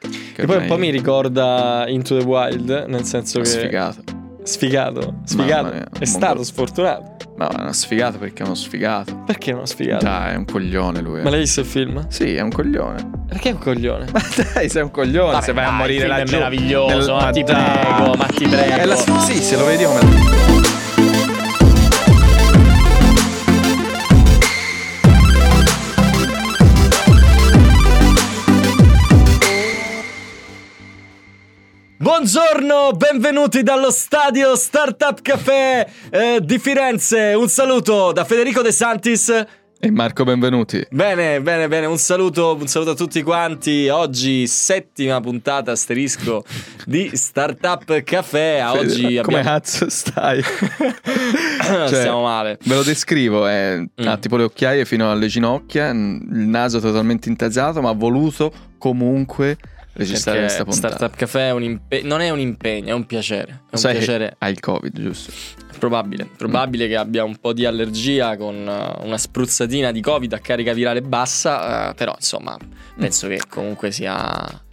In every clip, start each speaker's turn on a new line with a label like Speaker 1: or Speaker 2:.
Speaker 1: Che
Speaker 2: Che poi un
Speaker 1: ormai
Speaker 2: po' mi ricorda Into the Wild, nel senso
Speaker 1: è
Speaker 2: che...
Speaker 1: sfigato.
Speaker 2: Sfigato. Sfigato.
Speaker 1: mia,
Speaker 2: è
Speaker 1: un
Speaker 2: stato
Speaker 1: mongol-
Speaker 2: sfortunato.
Speaker 1: Ma è una sfigata perché è uno sfigato.
Speaker 2: Perché non sfigato?
Speaker 1: Dai, è un coglione lui. eh.
Speaker 2: Ma l'hai visto il film?
Speaker 1: Sì, è un coglione.
Speaker 2: Perché è un coglione?
Speaker 1: Ma dai, sei un coglione
Speaker 3: Vabbè,
Speaker 1: se vai a
Speaker 3: dai,
Speaker 1: morire
Speaker 3: il film è
Speaker 1: laggiù.
Speaker 3: meraviglioso,
Speaker 1: Nel- Ah,
Speaker 3: ma ti
Speaker 1: dai.
Speaker 3: prego, ma ti prego.
Speaker 1: È la- Sì, se lo vedi come...
Speaker 2: Buongiorno, benvenuti dallo stadio Startup Café eh, di Firenze. Un saluto da Federico De Santis.
Speaker 1: E Eh, Marco, benvenuti.
Speaker 2: Bene, bene, bene, un saluto, un saluto a tutti quanti. Oggi settima puntata asterisco di Startup Café. A
Speaker 1: Fede,
Speaker 2: Oggi
Speaker 1: Come
Speaker 2: abbiamo...
Speaker 1: cazzo stai? Cioè,
Speaker 2: stiamo male.
Speaker 1: Ve lo descrivo, è, ha
Speaker 2: Mm.
Speaker 1: tipo le occhiaie fino alle ginocchia, n- il naso totalmente intasato, ma ha voluto comunque registrare
Speaker 2: Perché
Speaker 1: questa puntata.
Speaker 2: Startup Café è un impe- non è un impegno, è un piacere. È un
Speaker 1: Sai che
Speaker 2: piacere
Speaker 1: hai il covid, giusto?
Speaker 2: probabile. Probabile che abbia un po' di allergia con eh, una spruzzatina di Covid a carica virale bassa, eh, però insomma penso che comunque sia...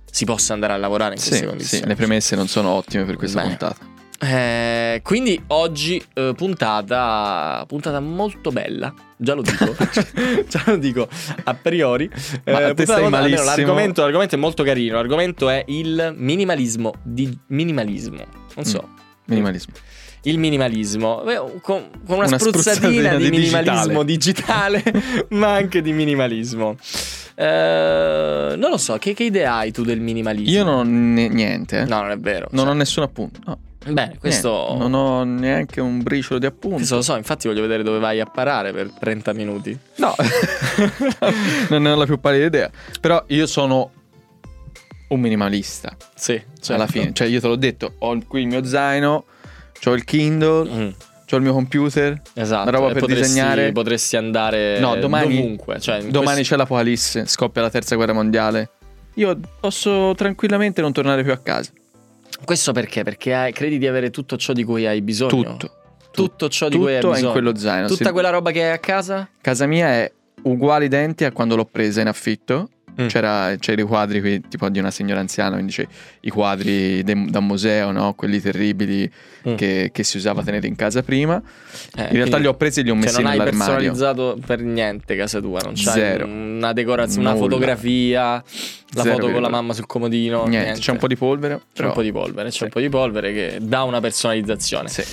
Speaker 2: si possa andare a lavorare in queste
Speaker 1: Mm. Sì,
Speaker 2: condizioni.
Speaker 1: sì, le premesse non sono ottime per questa
Speaker 2: Bene.
Speaker 1: puntata.
Speaker 2: Eh, quindi oggi eh, puntata, puntata molto bella. Già lo dico, già lo dico a priori. Eh,
Speaker 1: Ma te
Speaker 2: puntata
Speaker 1: stai
Speaker 2: molto- almeno
Speaker 1: malissimo.
Speaker 2: l'argomento, l'argomento è molto carino. L'argomento è il minimalismo. Di minimalismo. Non so.
Speaker 1: Mm. Minimalismo.
Speaker 2: Il minimalismo. Beh, oh, Con, con una,
Speaker 1: Una
Speaker 2: spruzzatina,
Speaker 1: spruzzatina
Speaker 2: di,
Speaker 1: di
Speaker 2: minimalismo digitale, ma anche di minimalismo. Eh, non lo so, che, che idea hai tu del minimalismo?
Speaker 1: Io non ho ne- niente, eh.
Speaker 2: No, non è vero.
Speaker 1: non
Speaker 2: Cioè,
Speaker 1: ho nessun appunto. no,
Speaker 2: Bene, questo... Esatto.
Speaker 1: niente. Non ho neanche un briciolo di appunto.
Speaker 2: Questo lo so, infatti voglio vedere dove vai a parare per 30 minuti.
Speaker 1: No, non ne ho la più pallida idea. Però io sono un minimalista.
Speaker 2: Sì, certo.
Speaker 1: alla fine. Cioè, io te l'ho detto, ho qui il mio zaino, ho il Kindle,
Speaker 2: Mm,
Speaker 1: ho il mio computer.
Speaker 2: esatto.
Speaker 1: Una roba
Speaker 2: e
Speaker 1: per
Speaker 2: potresti,
Speaker 1: disegnare.
Speaker 2: Potresti andare
Speaker 1: No, domani-
Speaker 2: Eh, dovunque. Cioè, in
Speaker 1: Domani
Speaker 2: questo-
Speaker 1: c'è l'apocalisse, scoppia la terza guerra mondiale. Io posso tranquillamente non tornare più a casa.
Speaker 2: Questo perché? Perché hai- credi di avere tutto ciò di cui hai bisogno.
Speaker 1: Tutto.
Speaker 2: Tutto ciò di cui hai
Speaker 1: Tutto
Speaker 2: bisogno.
Speaker 1: è in quello zaino.
Speaker 2: Tutta
Speaker 1: Se-
Speaker 2: quella roba che hai a casa?
Speaker 1: Casa mia è uguale identica a quando l'ho presa in affitto.
Speaker 2: Mm.
Speaker 1: C'era, c'erano i quadri qui, tipo di una signora anziana, quindi c'è i quadri de- da museo, no? quelli terribili
Speaker 2: Mm.
Speaker 1: che, che si usava a tenere in casa prima.
Speaker 2: Eh,
Speaker 1: in realtà
Speaker 2: quindi-
Speaker 1: li ho presi e li ho
Speaker 2: Cioè,
Speaker 1: messi
Speaker 2: non hai
Speaker 1: nell'armadio.
Speaker 2: personalizzato per niente casa tua, non c'hai
Speaker 1: Zero.
Speaker 2: una decorazione, una
Speaker 1: Nulla.
Speaker 2: fotografia, la
Speaker 1: Zero
Speaker 2: foto con la
Speaker 1: virgola.
Speaker 2: mamma sul comodino.
Speaker 1: Niente, c'è un po' di polvere.
Speaker 2: C'è un
Speaker 1: però-
Speaker 2: po' di polvere, c'è
Speaker 1: Sì.
Speaker 2: un po' di polvere che dà una personalizzazione.
Speaker 1: Sì.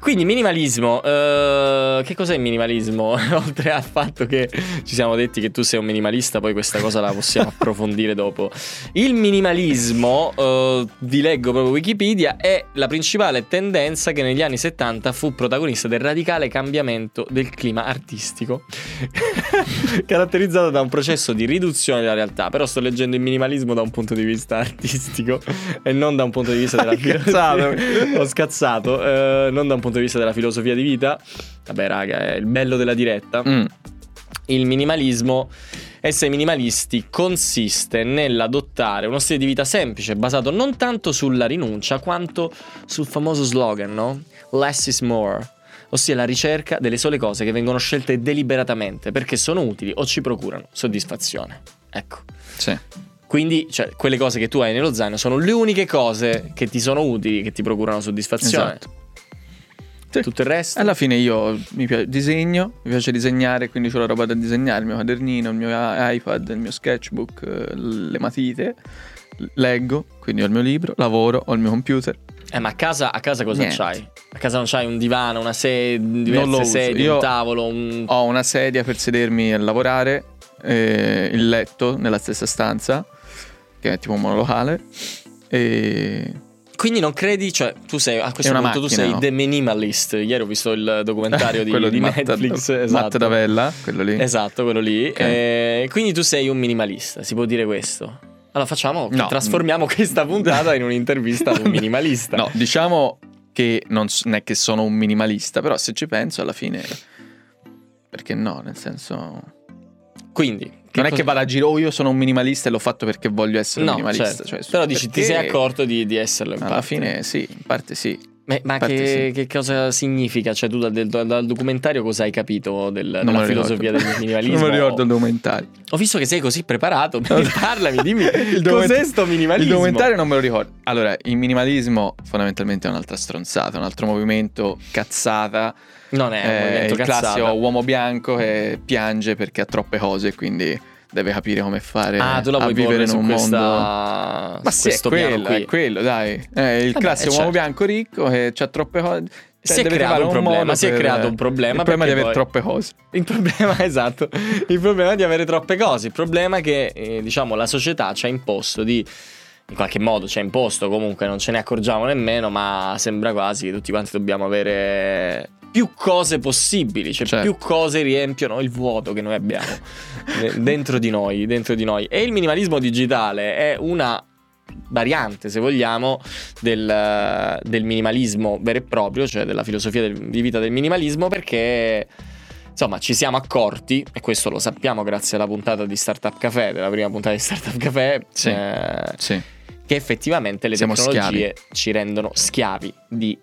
Speaker 2: Quindi minimalismo, eh, che cos'è il minimalismo? Oltre al fatto che ci siamo detti che tu sei un minimalista, poi questa cosa la possiamo approfondire dopo. Il minimalismo, eh, vi leggo proprio Wikipedia, è la principale tendenza che negli anni 70 fu protagonista del radicale cambiamento del clima artistico, caratterizzato da un processo di riduzione della realtà. Però sto leggendo il minimalismo da un punto di vista artistico e non da un punto di vista della
Speaker 1: Hai cazzato.
Speaker 2: Ho scazzato, eh, non da un punto di vista della filosofia di vita. Vabbè, raga, è il bello della diretta.
Speaker 1: Mm.
Speaker 2: Il minimalismo, essere minimalisti, consiste nell'adottare uno stile di vita semplice, basato non tanto sulla rinuncia quanto sul famoso slogan, no? Less is more, ossia la ricerca delle sole cose che vengono scelte deliberatamente perché sono utili o ci procurano soddisfazione. Ecco.
Speaker 1: Sì.
Speaker 2: Quindi, cioè, quelle cose che tu hai nello zaino sono le uniche cose che ti sono utili, che ti procurano soddisfazione.
Speaker 1: Esatto. Sì.
Speaker 2: Tutto il resto?
Speaker 1: Alla fine io mi piace, disegno, mi piace disegnare, quindi ho la roba da disegnare, il mio quadernino, il mio i- iPad, il mio sketchbook, eh, le matite, leggo, quindi ho il mio libro, lavoro, ho il mio computer.
Speaker 2: Eh, ma a casa, a casa cosa
Speaker 1: Niente.
Speaker 2: c'hai? A casa non c'hai un divano, una sedia,
Speaker 1: Non lo
Speaker 2: diverse
Speaker 1: uso.
Speaker 2: sedie,
Speaker 1: Io-
Speaker 2: un tavolo, un...
Speaker 1: Ho una sedia per sedermi e lavorare, eh, il letto nella stessa stanza, che è tipo un monolocale, e
Speaker 2: Quindi non credi, cioè, tu sei, a questo
Speaker 1: È
Speaker 2: punto
Speaker 1: una
Speaker 2: tu
Speaker 1: macchina,
Speaker 2: sei
Speaker 1: no?
Speaker 2: The Minimalist. Ieri ho visto il documentario di,
Speaker 1: quello di, Matt-
Speaker 2: Netflix, esatto.
Speaker 1: Matt Davella, quello lì.
Speaker 2: Esatto, quello lì.
Speaker 1: Ok.
Speaker 2: Eh, quindi tu sei un minimalista, si può dire questo. Allora facciamo,
Speaker 1: No.
Speaker 2: trasformiamo questa puntata in un'intervista ad un minimalista.
Speaker 1: No, diciamo che non, s- non è che sono un minimalista, però se ci penso alla fine... Perché no, nel senso... Non
Speaker 2: Quindi,
Speaker 1: è che
Speaker 2: cosa-
Speaker 1: vado a giro, oh io sono un minimalista e l'ho fatto perché voglio essere un
Speaker 2: No,
Speaker 1: minimalista.
Speaker 2: certo.
Speaker 1: cioè,
Speaker 2: Però dici, ti
Speaker 1: perché-
Speaker 2: sei accorto di, di esserlo in
Speaker 1: Alla
Speaker 2: parte.
Speaker 1: fine sì, in parte sì.
Speaker 2: Ma, ma
Speaker 1: Infatti
Speaker 2: che,
Speaker 1: sì.
Speaker 2: che cosa significa? Cioè, tu dal, del- dal documentario cosa hai capito del-
Speaker 1: Non me
Speaker 2: della
Speaker 1: lo ricordo.
Speaker 2: filosofia del minimalismo?
Speaker 1: Non mi ricordo il documentario.
Speaker 2: Ho visto che sei così preparato. Parlami, dimmi
Speaker 1: Il
Speaker 2: cos'è
Speaker 1: documenta-
Speaker 2: sto minimalismo.
Speaker 1: Il documentario non me lo ricordo. Allora, il minimalismo fondamentalmente è un'altra stronzata, un altro movimento cazzata.
Speaker 2: non è un
Speaker 1: Eh,
Speaker 2: movimento
Speaker 1: il classico
Speaker 2: cazzata.
Speaker 1: uomo bianco che piange perché ha troppe cose e quindi deve capire come fare
Speaker 2: Ah, tu la
Speaker 1: a
Speaker 2: vuoi
Speaker 1: vivere
Speaker 2: porre
Speaker 1: in
Speaker 2: su
Speaker 1: un mondo.
Speaker 2: questa...
Speaker 1: Ma
Speaker 2: su
Speaker 1: sì, è
Speaker 2: questo piano
Speaker 1: quello,
Speaker 2: qui.
Speaker 1: è quello, dai. Eh, il
Speaker 2: Vabbè,
Speaker 1: classico
Speaker 2: certo.
Speaker 1: uomo bianco ricco che ha troppe cose. Cioè,
Speaker 2: Si è
Speaker 1: deve
Speaker 2: creato
Speaker 1: trovare
Speaker 2: un problema,
Speaker 1: modo
Speaker 2: si è
Speaker 1: per-
Speaker 2: creato un problema
Speaker 1: Il problema di
Speaker 2: perché
Speaker 1: avere
Speaker 2: poi-
Speaker 1: troppe cose.
Speaker 2: Il problema, esatto, il problema è di avere troppe cose, il problema è che eh, diciamo la società ci ha imposto di in qualche modo ci ha imposto, comunque non ce ne accorgiamo nemmeno, ma sembra quasi che tutti quanti dobbiamo avere più cose possibili, cioè
Speaker 1: Certo.
Speaker 2: più cose riempiono il vuoto che noi abbiamo de- dentro di noi, dentro di noi. E il minimalismo digitale è una variante, se vogliamo, del, del minimalismo vero e proprio, cioè della filosofia del- di vita del minimalismo, perché insomma ci siamo accorti, e questo lo sappiamo grazie alla puntata di Startup Café, della prima puntata di Startup Café,
Speaker 1: Sì.
Speaker 2: eh,
Speaker 1: Sì.
Speaker 2: che effettivamente le
Speaker 1: Siamo
Speaker 2: tecnologie ci rendono schiavi di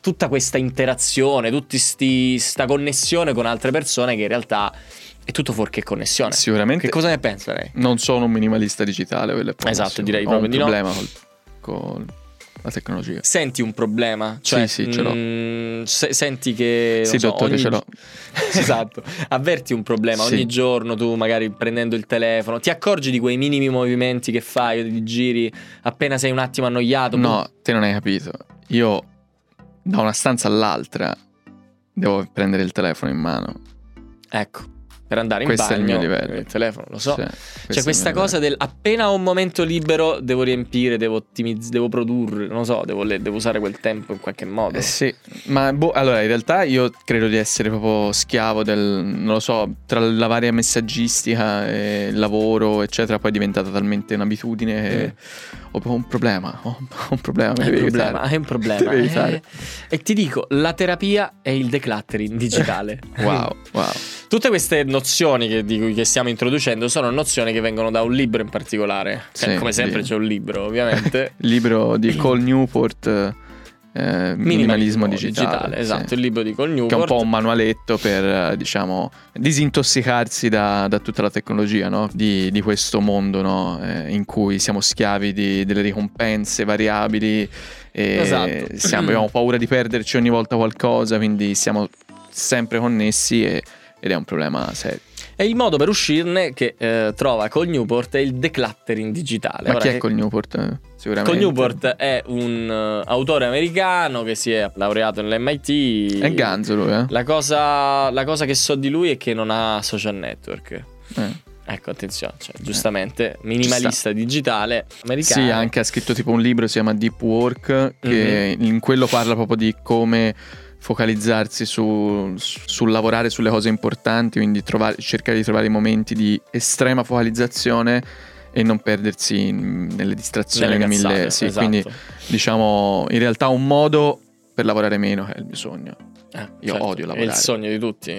Speaker 2: tutta questa interazione, tutta sta connessione con altre persone che in realtà è tutto fuorché connessione.
Speaker 1: Sicuramente
Speaker 2: Che cosa ne pensa lei?
Speaker 1: non sono un minimalista digitale, quello è proprio
Speaker 2: Esatto,
Speaker 1: sicuro.
Speaker 2: direi
Speaker 1: Ho
Speaker 2: proprio
Speaker 1: un
Speaker 2: di no.
Speaker 1: problema col- con la tecnologia.
Speaker 2: Senti un problema? Cioè,
Speaker 1: Sì, sì, ce l'ho.
Speaker 2: mm, se- senti che... non
Speaker 1: Sì,
Speaker 2: so,
Speaker 1: dottore,
Speaker 2: ogni-
Speaker 1: ce l'ho.
Speaker 2: esatto. Avverti un problema
Speaker 1: Sì.
Speaker 2: ogni giorno tu magari prendendo il telefono, ti accorgi di quei minimi movimenti che fai o di giri appena sei un attimo annoiato?
Speaker 1: No, te non hai capito. Io da una stanza all'altra devo prendere il telefono in mano.
Speaker 2: Ecco, per andare in
Speaker 1: Questo è
Speaker 2: bagno. eh,
Speaker 1: il mio livello.
Speaker 2: Il telefono, lo so.
Speaker 1: Sì,
Speaker 2: C'è
Speaker 1: questo è
Speaker 2: questa
Speaker 1: il mio
Speaker 2: cosa del appena ho un momento libero devo riempire, devo ottimizzare, devo produrre, non lo so, devo, le- devo usare quel tempo in qualche modo.
Speaker 1: Eh sì, ma boh, allora in realtà io credo di essere proprio schiavo del, non lo so, tra la varia messaggistica e il lavoro, eccetera, poi è diventata talmente un'abitudine che ho proprio un problema, ho ho un problema, mi
Speaker 2: Eh. È un
Speaker 1: devi
Speaker 2: problema,
Speaker 1: aiutare.
Speaker 2: è un problema.
Speaker 1: Devi aiutare.
Speaker 2: Eh, e ti dico, la terapia è il decluttering digitale.
Speaker 1: Wow, wow.
Speaker 2: Tutte queste nozioni che, di cui che stiamo introducendo sono nozioni che vengono da un libro in particolare.
Speaker 1: Sì,
Speaker 2: Eh, Come sempre
Speaker 1: sì.
Speaker 2: c'è un libro, ovviamente.
Speaker 1: Il libro di Cole Newport, eh, Minimalismo digitale. sì.
Speaker 2: esatto, il libro di Col
Speaker 1: Che è un
Speaker 2: Newport.
Speaker 1: po' un manualetto per, eh, diciamo, disintossicarsi da, da tutta la tecnologia, no? Di, di questo mondo, no? Eh, in cui siamo schiavi di- delle ricompense variabili e
Speaker 2: Esatto.
Speaker 1: siamo- abbiamo paura di perderci ogni volta qualcosa, quindi siamo sempre connessi e- ed è un problema serio.
Speaker 2: E il modo per uscirne che eh, trova Col Newport è il decluttering digitale.
Speaker 1: Ma
Speaker 2: Ora,
Speaker 1: chi è
Speaker 2: che-
Speaker 1: col Newport? eh? Sicuramente.
Speaker 2: Col Newport è un eh, autore americano che si è laureato nell'MIT.
Speaker 1: È ganzo lui, eh?
Speaker 2: La cosa, la cosa che so di lui è che non ha social network.
Speaker 1: Eh.
Speaker 2: Ecco, attenzione, cioè, giustamente, minimalista digitale
Speaker 1: Sì,
Speaker 2: americano.
Speaker 1: anche ha scritto tipo un libro, si chiama Deep Work, che
Speaker 2: Mhm.
Speaker 1: in quello parla proprio di come focalizzarsi su- sul lavorare sulle cose importanti, quindi trovare- cercare di trovare i momenti di estrema focalizzazione e non perdersi in- nelle distrazioni,
Speaker 2: Nelle
Speaker 1: nei
Speaker 2: cazzate,
Speaker 1: mille... Sì,
Speaker 2: esatto.
Speaker 1: Quindi diciamo in realtà un modo per lavorare meno è il mio sogno.
Speaker 2: Eh,
Speaker 1: io odio lavorare.
Speaker 2: È il sogno di tutti.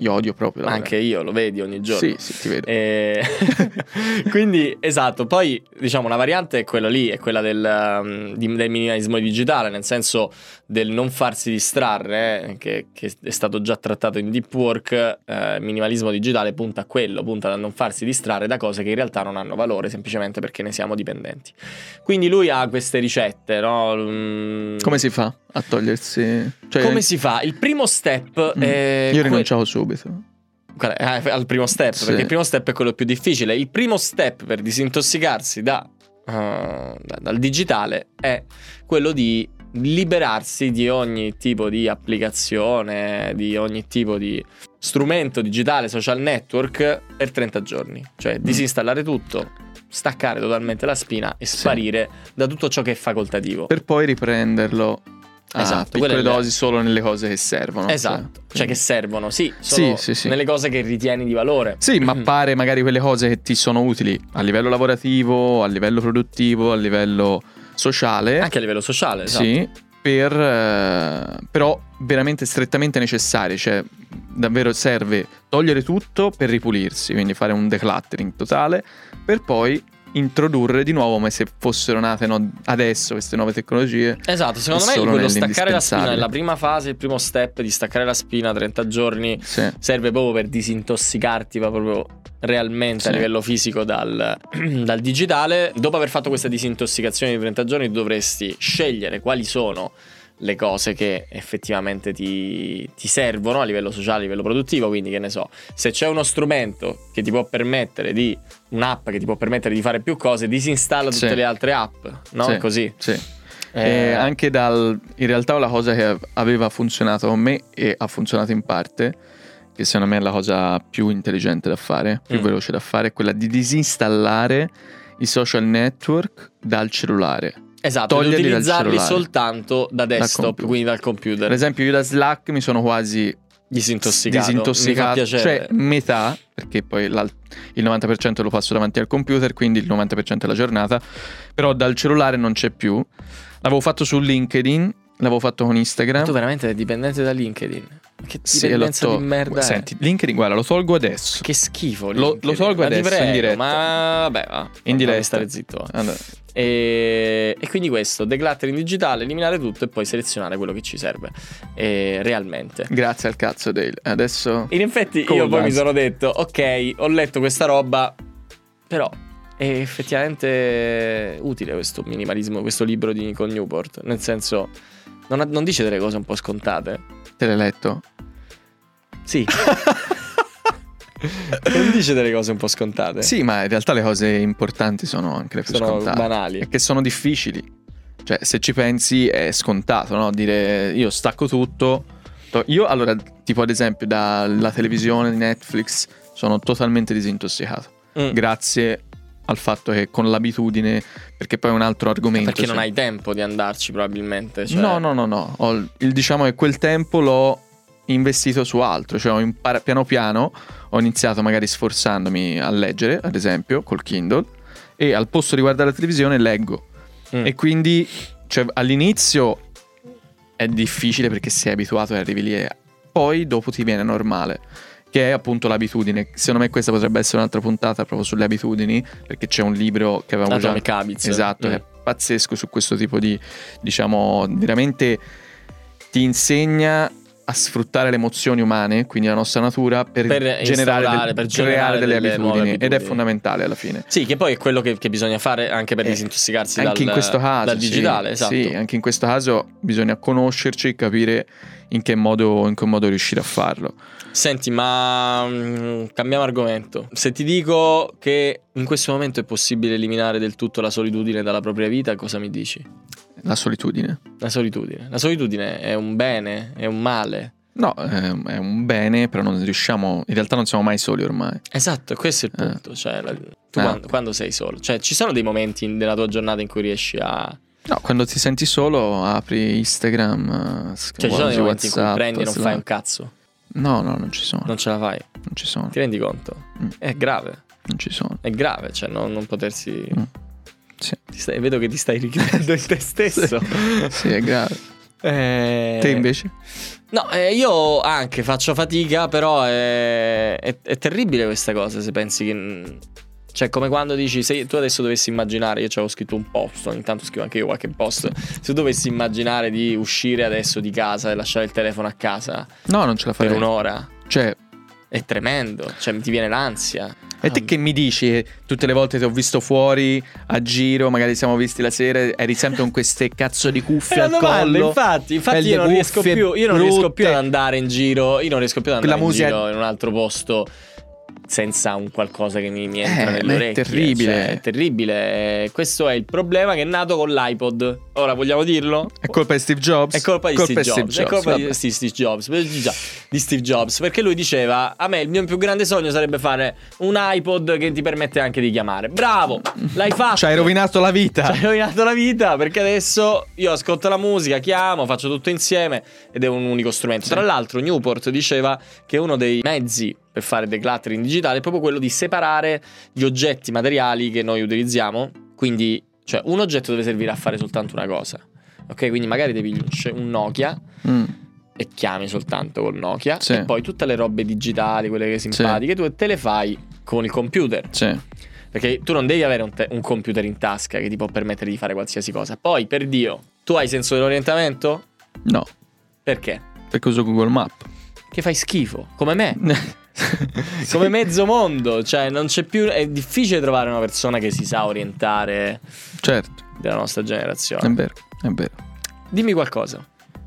Speaker 1: Io odio proprio
Speaker 2: Ma
Speaker 1: lavorare.
Speaker 2: Anche io lo vedi ogni giorno. Eh,
Speaker 1: Sì, sì, ti vedo.
Speaker 2: E- quindi esatto poi diciamo una variante è quella lì è quella del, um, di- del minimalismo digitale nel senso del non farsi distrarre eh, che, che è stato già trattato in deep work eh, il minimalismo digitale punta a quello punta a non farsi distrarre da cose che in realtà non hanno valore semplicemente perché ne siamo dipendenti quindi lui ha queste ricette no? Mm,
Speaker 1: Come si fa a togliersi... Cioè,
Speaker 2: come si fa? Il primo step
Speaker 1: Mm.
Speaker 2: è
Speaker 1: Io
Speaker 2: que-
Speaker 1: rinunciavo subito.
Speaker 2: Qual è? Ah, al primo step,
Speaker 1: Sì.
Speaker 2: perché il primo step è quello più difficile. Il primo step per disintossicarsi da, eh, da- dal digitale è quello di liberarsi di ogni tipo di applicazione, di ogni tipo di strumento digitale, social network per 30 giorni.
Speaker 1: Mm.
Speaker 2: Cioè disinstallare tutto, staccare totalmente la spina e sparire da tutto ciò che è facoltativo.
Speaker 1: per poi riprenderlo a
Speaker 2: Esatto,
Speaker 1: piccole
Speaker 2: quello è il-
Speaker 1: dosi solo nelle cose che servono.
Speaker 2: Esatto, cioè
Speaker 1: quindi-
Speaker 2: che servono, sì, sono
Speaker 1: sì, sì.
Speaker 2: nelle cose che ritieni di valore. Mm.
Speaker 1: Sì, mappare magari quelle cose che ti sono utili a livello lavorativo, a livello produttivo, a livello sociale.
Speaker 2: Anche a livello sociale, esatto.
Speaker 1: Sì, per, eh, però veramente strettamente necessarie, cioè davvero serve togliere tutto per ripulirsi, quindi fare un decluttering totale per poi introdurre di nuovo come se fossero nate no, adesso queste nuove tecnologie.
Speaker 2: Esatto, secondo
Speaker 1: È
Speaker 2: me
Speaker 1: solo
Speaker 2: quello
Speaker 1: nelle
Speaker 2: staccare la spina è
Speaker 1: indispensabili.
Speaker 2: la prima fase, il primo step di staccare la spina 30 giorni
Speaker 1: Sì.
Speaker 2: serve proprio per disintossicarti ma proprio realmente a
Speaker 1: Sì.
Speaker 2: livello fisico dal, dal digitale. Dopo aver fatto questa disintossicazione di 30 giorni dovresti scegliere quali sono le cose che effettivamente ti, ti servono a livello sociale, a livello produttivo, quindi che ne so, se c'è uno strumento che ti può permettere di un'app che ti può permettere di fare più cose, disinstalla tutte
Speaker 1: Sì.
Speaker 2: le altre app, no?
Speaker 1: Sì.
Speaker 2: Così.
Speaker 1: Sì.
Speaker 2: Eh,
Speaker 1: E anche dal... In realtà la cosa che aveva funzionato con me e ha funzionato in parte, che secondo me è la cosa più intelligente da fare, più
Speaker 2: Mm.
Speaker 1: veloce da fare, è quella di disinstallare i social network dal cellulare.
Speaker 2: Esatto, di
Speaker 1: toglierli dal
Speaker 2: utilizzarli
Speaker 1: cellulare.
Speaker 2: soltanto da desktop,
Speaker 1: computer.
Speaker 2: quindi dal computer.
Speaker 1: Per esempio io da Slack mi sono quasi
Speaker 2: disintossicato. Mi fa
Speaker 1: disintossicato,
Speaker 2: piacere.
Speaker 1: cioè metà, perché poi l'al- il 90% lo passo davanti al computer, quindi il 90% della giornata, però dal cellulare non c'è più. L'avevo fatto su LinkedIn, l'avevo fatto con
Speaker 2: tu
Speaker 1: Instagram.
Speaker 2: veramente sei dipendente da LinkedIn. Che
Speaker 1: Sì,
Speaker 2: dipendenza
Speaker 1: l'ho to-
Speaker 2: di merda. è?
Speaker 1: Senti, LinkedIn, guarda, lo tolgo adesso.
Speaker 2: Che schifo.
Speaker 1: Lo-
Speaker 2: LinkedIn.
Speaker 1: lo tolgo
Speaker 2: Ma ti
Speaker 1: adesso, in
Speaker 2: prego,
Speaker 1: diretta.
Speaker 2: Ma vabbè, va.
Speaker 1: In diretta.
Speaker 2: Fammi stare zitto. va.
Speaker 1: Allora,
Speaker 2: E, e quindi questo, decluttering digitale, eliminare tutto e poi selezionare quello che ci serve eh, realmente.
Speaker 1: grazie al cazzo Dale. Adesso
Speaker 2: In effetti
Speaker 1: Cool,
Speaker 2: io poi mi
Speaker 1: anzi.
Speaker 2: sono detto, ok, ho letto questa roba, però è effettivamente utile questo minimalismo, questo libro di Nicole Newport, nel senso non, ha- non dice delle cose un po' scontate.
Speaker 1: te l'hai letto.
Speaker 2: Sì. non dice delle cose un po' scontate.
Speaker 1: Sì, ma in realtà le cose importanti sono anche le più
Speaker 2: Sono
Speaker 1: scontate.
Speaker 2: banali.
Speaker 1: E che sono difficili. Cioè, se ci pensi è scontato, no? Dire io stacco tutto. To- Io allora, tipo ad esempio dalla televisione di Netflix sono totalmente disintossicato.
Speaker 2: Mm.
Speaker 1: Grazie al fatto che con l'abitudine, perché poi è un altro argomento.
Speaker 2: Perché non
Speaker 1: cioè-
Speaker 2: hai tempo di andarci probabilmente. cioè-
Speaker 1: No, no, no, no. Ho il- il- diciamo che quel tempo l'ho investito su altro, cioè ho impara- piano piano ho iniziato magari sforzandomi a leggere, ad esempio, col Kindle e al posto di guardare la televisione leggo.
Speaker 2: Mm.
Speaker 1: E quindi cioè, all'inizio è difficile perché sei abituato e arrivi lì e poi dopo ti viene normale. Che è appunto l'abitudine. Secondo me questa potrebbe essere un'altra puntata proprio sulle abitudini, perché c'è un libro che avevamo già
Speaker 2: Atomic Habits.
Speaker 1: Esatto,
Speaker 2: Mm.
Speaker 1: è pazzesco su questo tipo di, diciamo, veramente ti insegna a sfruttare le emozioni umane, quindi la nostra natura, per,
Speaker 2: Per
Speaker 1: generare, del-
Speaker 2: instaurare,
Speaker 1: creare
Speaker 2: per generare
Speaker 1: delle,
Speaker 2: delle nuove
Speaker 1: abitudini. Ed è
Speaker 2: abitudini.
Speaker 1: fondamentale alla fine.
Speaker 2: Sì, che poi è quello che, che bisogna fare anche per
Speaker 1: Eh,
Speaker 2: disintossicarsi
Speaker 1: anche
Speaker 2: dal,
Speaker 1: in questo caso,
Speaker 2: dal
Speaker 1: sì,
Speaker 2: digitale. esatto.
Speaker 1: sì, anche in questo caso bisogna conoscerci, capire in che modo, in che modo riuscire a farlo.
Speaker 2: Senti, ma mm, cambiamo argomento. Se ti dico che in questo momento è possibile eliminare del tutto la solitudine dalla propria vita, cosa mi dici?
Speaker 1: La solitudine.
Speaker 2: La solitudine. La solitudine è un bene, è un male.
Speaker 1: No, ehm, è un bene, però non riusciamo, in realtà non siamo mai soli ormai.
Speaker 2: Esatto, questo è il
Speaker 1: Eh.
Speaker 2: punto. Cioè, la- tu
Speaker 1: Eh.
Speaker 2: quando, quando sei solo, cioè, ci sono dei momenti in- della tua giornata in cui riesci a. cioè,
Speaker 1: No, quando ti senti solo apri Instagram, eh,
Speaker 2: Cioè, ci sono dei
Speaker 1: guardi
Speaker 2: momenti in cui
Speaker 1: WhatsApp,
Speaker 2: prendi e non
Speaker 1: Slack.
Speaker 2: fai un cazzo.
Speaker 1: No, no, non ci sono. Non,
Speaker 2: Non ce la fai.
Speaker 1: ci sono.
Speaker 2: Ti rendi conto?
Speaker 1: Mm.
Speaker 2: È grave,
Speaker 1: Non ci sono.
Speaker 2: è grave, cioè, non, non potersi.
Speaker 1: Mm. Sì.
Speaker 2: Ti stai- vedo che ti stai ricreando in te stesso.
Speaker 1: Sì, è grave.
Speaker 2: Eh,
Speaker 1: Te invece?
Speaker 2: No, eh, io anche faccio fatica, però è, è- è terribile questa cosa se pensi che... Cioè, come quando dici, se tu adesso dovessi immaginare, io ci avevo scritto un post, ogni tanto scrivo anche io qualche post, se tu dovessi immaginare di uscire adesso di casa e lasciare il telefono a casa
Speaker 1: No, non ce la
Speaker 2: per
Speaker 1: farei.
Speaker 2: un'ora,
Speaker 1: Cioè,
Speaker 2: è tremendo, cioè ti viene l'ansia.
Speaker 1: e te che mi dici eh, tutte le volte ti ho visto fuori a giro, magari siamo visti la sera, eri sempre con queste cazzo di
Speaker 2: È
Speaker 1: cuffie
Speaker 2: una
Speaker 1: al
Speaker 2: domanda,
Speaker 1: collo.
Speaker 2: infatti, infatti
Speaker 1: pelle
Speaker 2: io non riesco
Speaker 1: cuffie
Speaker 2: più, io non riesco più ad
Speaker 1: brutte.
Speaker 2: andare in giro, io non riesco più ad andare
Speaker 1: Quella musica-
Speaker 2: in giro in un altro posto senza un qualcosa che mi, mi entra
Speaker 1: Eh,
Speaker 2: nelle
Speaker 1: ma è
Speaker 2: orecchie.
Speaker 1: terribile.
Speaker 2: cioè, è terribile. Eh, Questo è il problema che è nato con l'iPod. Ora vogliamo dirlo?
Speaker 1: È colpa di Steve Jobs.
Speaker 2: È colpa di Steve Jobs, è colpa
Speaker 1: vabbè.
Speaker 2: di Steve, Steve Jobs, di Gia- di Steve Jobs, perché lui diceva a me il mio più grande sogno sarebbe fare un iPod che ti permette anche di chiamare. Bravo, l'hai fatto.
Speaker 1: Ci hai rovinato la vita.
Speaker 2: Ci hai rovinato la vita perché adesso io ascolto la musica, chiamo, faccio tutto insieme ed è un unico strumento.
Speaker 1: Sì.
Speaker 2: Tra l'altro, Newport diceva che uno dei mezzi per fare decluttering digitale è proprio quello di separare gli oggetti materiali che noi utilizziamo. Quindi, cioè, un oggetto deve servire a fare soltanto una cosa. Ok, quindi magari devi un ce- un Nokia
Speaker 1: Mm.
Speaker 2: e chiami soltanto col Nokia
Speaker 1: Sì.
Speaker 2: e poi tutte le robe digitali, quelle che simpatiche, tu te le fai con il computer.
Speaker 1: Sì.
Speaker 2: Perché tu non devi avere un, te- un computer in tasca che ti può permettere di fare qualsiasi cosa. Poi, per Dio, tu hai senso dell'orientamento?
Speaker 1: No,
Speaker 2: Perché?
Speaker 1: perché uso Google Map.
Speaker 2: Che fai schifo, come me. Come mezzo mondo, cioè non c'è più. È difficile trovare una persona che si sa orientare
Speaker 1: Certo,
Speaker 2: della nostra
Speaker 1: è
Speaker 2: generazione.
Speaker 1: vero, è vero.
Speaker 2: Dimmi qualcosa.